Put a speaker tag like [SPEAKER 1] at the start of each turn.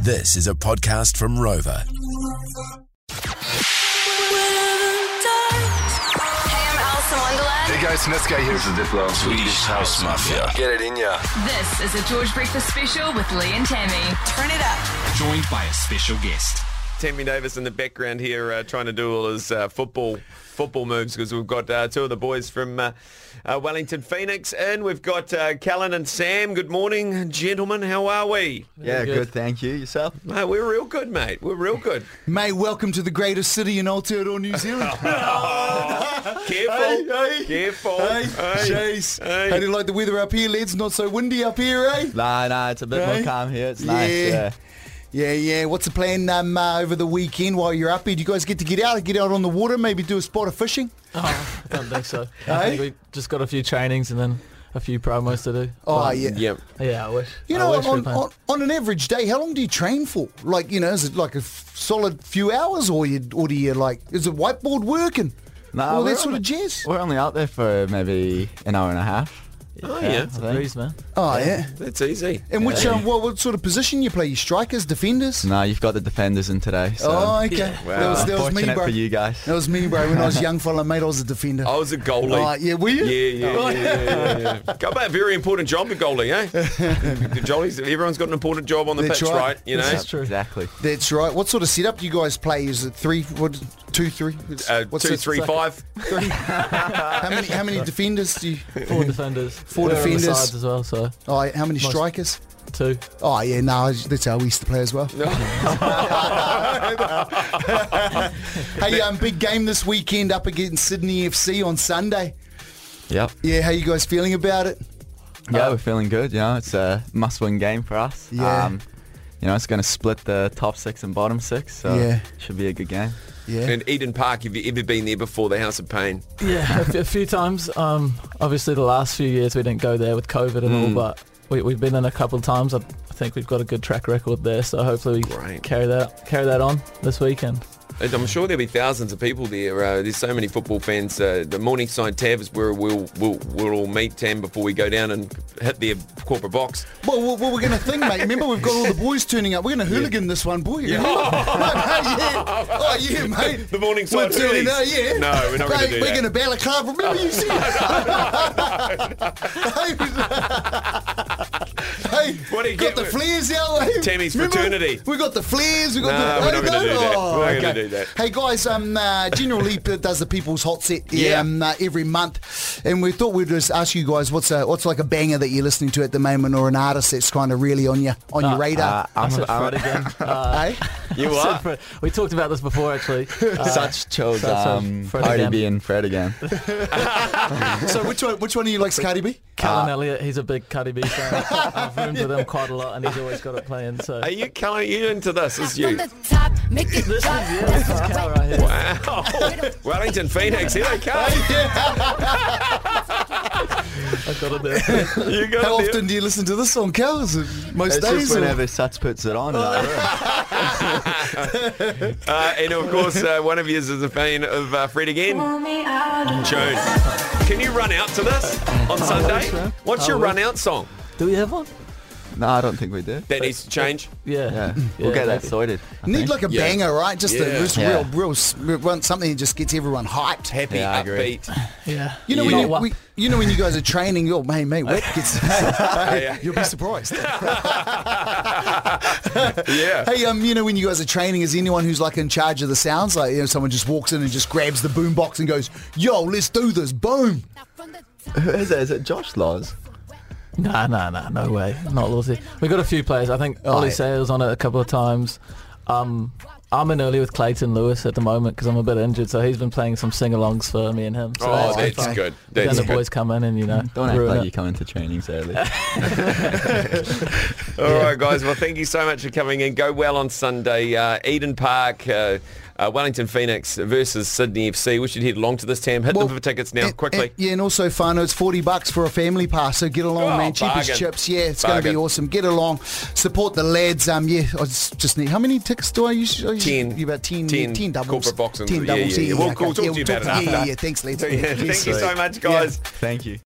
[SPEAKER 1] This is a podcast from Rover.
[SPEAKER 2] Hey, I'm Alice in Wonderland.
[SPEAKER 3] Hey guys, Netsky here. This is Diplo. Swedish House Mafia. Get it in ya.
[SPEAKER 4] This is a George Breakfast Special with Lee and Tammy.
[SPEAKER 2] Turn it up.
[SPEAKER 5] joined by a special guest.
[SPEAKER 6] Tammy Davis in the background here uh, trying to do all his uh, football football moves because we've got uh, two of the boys from uh, uh, Wellington Phoenix in. We've got uh, Callan and Sam. Good morning, gentlemen. How are we?
[SPEAKER 7] Yeah, good. Thank you. Yourself?
[SPEAKER 6] Mate, we're real good, mate. We're real good.
[SPEAKER 8] Mate, welcome to the greatest city in Aotearoa, New Zealand.
[SPEAKER 6] Careful. Careful.
[SPEAKER 8] Hey,
[SPEAKER 6] Hey.
[SPEAKER 8] jeez.
[SPEAKER 6] Hey.
[SPEAKER 8] How do you like the weather up here, lads? Not so windy up here, eh?
[SPEAKER 7] Nah, nah, it's a bit
[SPEAKER 8] Hey.
[SPEAKER 7] more calm here. It's nice. Yeah.
[SPEAKER 8] Yeah, yeah. What's the plan um, uh, over the weekend while you're up here? Do you guys get to get out, get out on the water, maybe do a spot of fishing?
[SPEAKER 9] I don't think so.
[SPEAKER 8] Eh?
[SPEAKER 9] I think we just got a few trainings and then a few promos to do.
[SPEAKER 8] Oh,
[SPEAKER 9] But,
[SPEAKER 8] yeah.
[SPEAKER 6] Yep.
[SPEAKER 9] Yeah, I wish.
[SPEAKER 8] You
[SPEAKER 9] I
[SPEAKER 8] know,
[SPEAKER 9] wish we
[SPEAKER 8] on,
[SPEAKER 9] played.
[SPEAKER 8] on, on an average day, how long do you train for? Like, you know, is it like a f- solid few hours or you, or do you like, is it whiteboard working?
[SPEAKER 7] Nah,
[SPEAKER 8] All
[SPEAKER 7] we're
[SPEAKER 8] that sort
[SPEAKER 7] only-
[SPEAKER 8] of jazz?
[SPEAKER 7] We're only out there for maybe an hour and a half.
[SPEAKER 6] Oh, yeah.
[SPEAKER 9] It's a breeze, man.
[SPEAKER 8] Oh, yeah.
[SPEAKER 6] That's easy.
[SPEAKER 8] And which, um, what, what sort of position you play? You strikers, defenders?
[SPEAKER 7] No, you've got the defenders in today. So
[SPEAKER 8] Oh, okay. That was, that was me,
[SPEAKER 7] fortunate
[SPEAKER 8] bro.
[SPEAKER 7] for you guys.
[SPEAKER 8] That was me, bro. When I was a young fella, mate, I was a defender.
[SPEAKER 6] I was a goalie.
[SPEAKER 8] Oh, yeah, were you?
[SPEAKER 6] Yeah, yeah, yeah, yeah, yeah, yeah. Got a very important job, the goalie, eh? the goalies, everyone's got an important job on the
[SPEAKER 8] That's
[SPEAKER 6] pitch,
[SPEAKER 8] right.
[SPEAKER 6] right? You know,
[SPEAKER 9] That's true.
[SPEAKER 7] Exactly.
[SPEAKER 8] That's right. What sort of setup do you guys play? Is it three, what, two, three? It's-
[SPEAKER 6] uh,
[SPEAKER 8] what's
[SPEAKER 6] two,
[SPEAKER 8] it?
[SPEAKER 6] three, five.
[SPEAKER 8] Three. how many? How many defenders do you?
[SPEAKER 9] Four defenders.
[SPEAKER 8] Four
[SPEAKER 9] They're on the
[SPEAKER 8] defenders.
[SPEAKER 9] sides as well, so
[SPEAKER 8] Oh, yeah, how many strikers?
[SPEAKER 9] two.
[SPEAKER 8] Oh yeah, no, I- that's how we used to play as well. hey, um, big game this weekend up against Sydney FC on Sunday.
[SPEAKER 7] Yep.
[SPEAKER 8] Yeah, how you guys feeling about it?
[SPEAKER 7] Yeah, we're feeling good. You know, it's a must-win game for us. Um,
[SPEAKER 8] Yeah.
[SPEAKER 7] you know, it's going to split the top six and bottom six. So
[SPEAKER 8] Yeah.
[SPEAKER 7] should be a good game.
[SPEAKER 8] Yeah.
[SPEAKER 6] And Eden Park, have you ever been there before? The House of Pain.
[SPEAKER 9] Yeah, a f- a few times. Um, obviously, the last few years we didn't go there with COVID and
[SPEAKER 6] Hmm.
[SPEAKER 9] all, but we, we've been in a couple of times. I, I think we've got a good track record there, so hopefully we
[SPEAKER 6] Great.
[SPEAKER 9] carry that carry that on this weekend.
[SPEAKER 6] And I'm sure there'll be thousands of people there. Uh, there's so many football fans. Uh, the Morningside Tav is where we'll, we'll, we'll all meet, Tam, before we go down and hit their corporate box.
[SPEAKER 8] Well, what, what we're going to think, mate. Remember, we've got all the boys turning up. We're going to hooligan this one, boy. Yeah. oh, yeah, mate.
[SPEAKER 6] The morning
[SPEAKER 8] We're
[SPEAKER 6] side
[SPEAKER 8] turning
[SPEAKER 6] hoodies.
[SPEAKER 8] up, yeah.
[SPEAKER 6] No, we're not gonna
[SPEAKER 8] Mate,
[SPEAKER 6] do
[SPEAKER 8] We're
[SPEAKER 6] that.
[SPEAKER 8] going to balaclava. Remember, you said. hey,
[SPEAKER 6] What do you
[SPEAKER 8] got
[SPEAKER 6] get
[SPEAKER 8] the
[SPEAKER 6] with-
[SPEAKER 8] flares out. Hey,
[SPEAKER 6] Tammy's
[SPEAKER 8] remember?
[SPEAKER 6] fraternity.
[SPEAKER 8] We got the flares. We got
[SPEAKER 6] Nah,
[SPEAKER 8] the.
[SPEAKER 6] we're not
[SPEAKER 8] Hey,
[SPEAKER 6] gonna
[SPEAKER 8] no?
[SPEAKER 6] do that.
[SPEAKER 8] Oh,
[SPEAKER 6] We're not
[SPEAKER 8] okay.
[SPEAKER 6] gonna do that.
[SPEAKER 8] Hey guys, um, uh, General Lee does the People's Hot Set
[SPEAKER 6] Yeah.
[SPEAKER 8] um, uh, every month, and we thought we'd just ask you guys what's a, what's like a banger that you're listening to at the moment, or an artist that's kind of really on your on your radar.
[SPEAKER 9] I
[SPEAKER 7] I'm,
[SPEAKER 9] said
[SPEAKER 7] I'm-
[SPEAKER 9] Fred again. Uh,
[SPEAKER 8] Hey,
[SPEAKER 6] You
[SPEAKER 9] I said
[SPEAKER 6] are.
[SPEAKER 9] Fred. We talked about this before, actually. Uh,
[SPEAKER 7] such chose
[SPEAKER 9] so- so
[SPEAKER 7] um,
[SPEAKER 9] Fred
[SPEAKER 7] Cardi
[SPEAKER 9] again.
[SPEAKER 7] B and Fred again.
[SPEAKER 8] so which one which one of you likes Cardi B?
[SPEAKER 9] Callum Elliott, he's a big Cardi B fan. I've roomed with him quite a lot, and he's always got it playing. So
[SPEAKER 6] Are you, Callum, you into this? This Is you?
[SPEAKER 2] top, make it
[SPEAKER 9] this is yeah, this is Cal right here.
[SPEAKER 6] Wow. Wellington Phoenix. Here they come.
[SPEAKER 9] I got it there.
[SPEAKER 6] You got
[SPEAKER 8] How
[SPEAKER 6] there.
[SPEAKER 8] often do you listen to this song, Cal? Is it most
[SPEAKER 7] It's
[SPEAKER 8] days?
[SPEAKER 7] just
[SPEAKER 8] or-
[SPEAKER 7] whenever Suts puts it on.
[SPEAKER 6] Uh, and of course, uh, one of you is a fan of uh, Fred again. June. Can you run out to this on Sunday?
[SPEAKER 9] man.
[SPEAKER 6] What's
[SPEAKER 9] I
[SPEAKER 6] your
[SPEAKER 9] will.
[SPEAKER 6] run out song?
[SPEAKER 9] Do we have one?
[SPEAKER 7] no, I don't think we do.
[SPEAKER 6] That needs to change.
[SPEAKER 9] Yeah.
[SPEAKER 7] Yeah, we'll get that
[SPEAKER 9] maybe.
[SPEAKER 7] sorted. I
[SPEAKER 8] Need
[SPEAKER 7] think.
[SPEAKER 8] like a
[SPEAKER 6] Yeah.
[SPEAKER 8] banger, right? Just
[SPEAKER 6] Yeah.
[SPEAKER 8] a just
[SPEAKER 7] Yeah.
[SPEAKER 8] real, real, s- want something that just gets everyone hyped.
[SPEAKER 6] Happy,
[SPEAKER 7] Yeah, I agree.
[SPEAKER 6] upbeat.
[SPEAKER 9] Yeah.
[SPEAKER 8] You know
[SPEAKER 9] Not
[SPEAKER 8] when you,
[SPEAKER 9] one-
[SPEAKER 8] we, you know when you guys are training, you're mate, mate, what gets
[SPEAKER 6] yeah.
[SPEAKER 8] you'll be surprised.
[SPEAKER 6] Yeah.
[SPEAKER 8] Hey, um, you know when you guys are training, is anyone who's like in charge of the sounds? Like, you know, someone just walks in and just grabs the boom box and goes, "Yo, let's do this!" Boom.
[SPEAKER 7] Who is it? Is it Josh Laws?
[SPEAKER 9] Nah, nah, nah, no way. Not Lawsy. We got a few players. I think Ollie
[SPEAKER 8] Right.
[SPEAKER 9] Sayers on it a couple of times. Um, I'm in early with Clayton Lewis at the moment because I'm a bit injured, so he's been playing some sing-alongs for me and him. So
[SPEAKER 6] Oh,
[SPEAKER 9] been
[SPEAKER 6] that's
[SPEAKER 9] fun.
[SPEAKER 6] good.
[SPEAKER 9] Then
[SPEAKER 6] That's
[SPEAKER 9] the
[SPEAKER 6] good.
[SPEAKER 9] boys come in and you know
[SPEAKER 7] Don't act
[SPEAKER 9] ruin
[SPEAKER 7] like
[SPEAKER 9] it.
[SPEAKER 7] you come into trainings early.
[SPEAKER 6] All right, guys. Well, thank you so much for coming in. Go well on Sunday. Uh, Eden Park, uh, uh, Wellington Phoenix versus Sydney FC. We should head along to this, Tam. Hit
[SPEAKER 8] Well,
[SPEAKER 6] them for tickets now,
[SPEAKER 8] And-
[SPEAKER 6] quickly.
[SPEAKER 8] and- yeah, and also Fano, it's forty bucks for a family pass. So get along,
[SPEAKER 6] Oh,
[SPEAKER 8] man. Cheap
[SPEAKER 6] bargain.
[SPEAKER 8] as chips. Yeah, it's going to be
[SPEAKER 6] Bargain.
[SPEAKER 8] awesome. Get along, support the lads. Um, yeah, I just, just need how many tickets do I use? I use-
[SPEAKER 6] Ten.
[SPEAKER 8] You about ten.
[SPEAKER 6] Ten
[SPEAKER 8] ten doubles.
[SPEAKER 6] corporate boxes.
[SPEAKER 8] Ten
[SPEAKER 6] Yeah,
[SPEAKER 8] doubles.
[SPEAKER 6] yeah, yeah. We'll-
[SPEAKER 8] okay.
[SPEAKER 6] we'll talk to you about it
[SPEAKER 8] Yeah,
[SPEAKER 6] after.
[SPEAKER 8] yeah. Thanks, lads.
[SPEAKER 6] So, yeah,
[SPEAKER 8] Yes.
[SPEAKER 6] thank you so much, guys.
[SPEAKER 7] Thank you.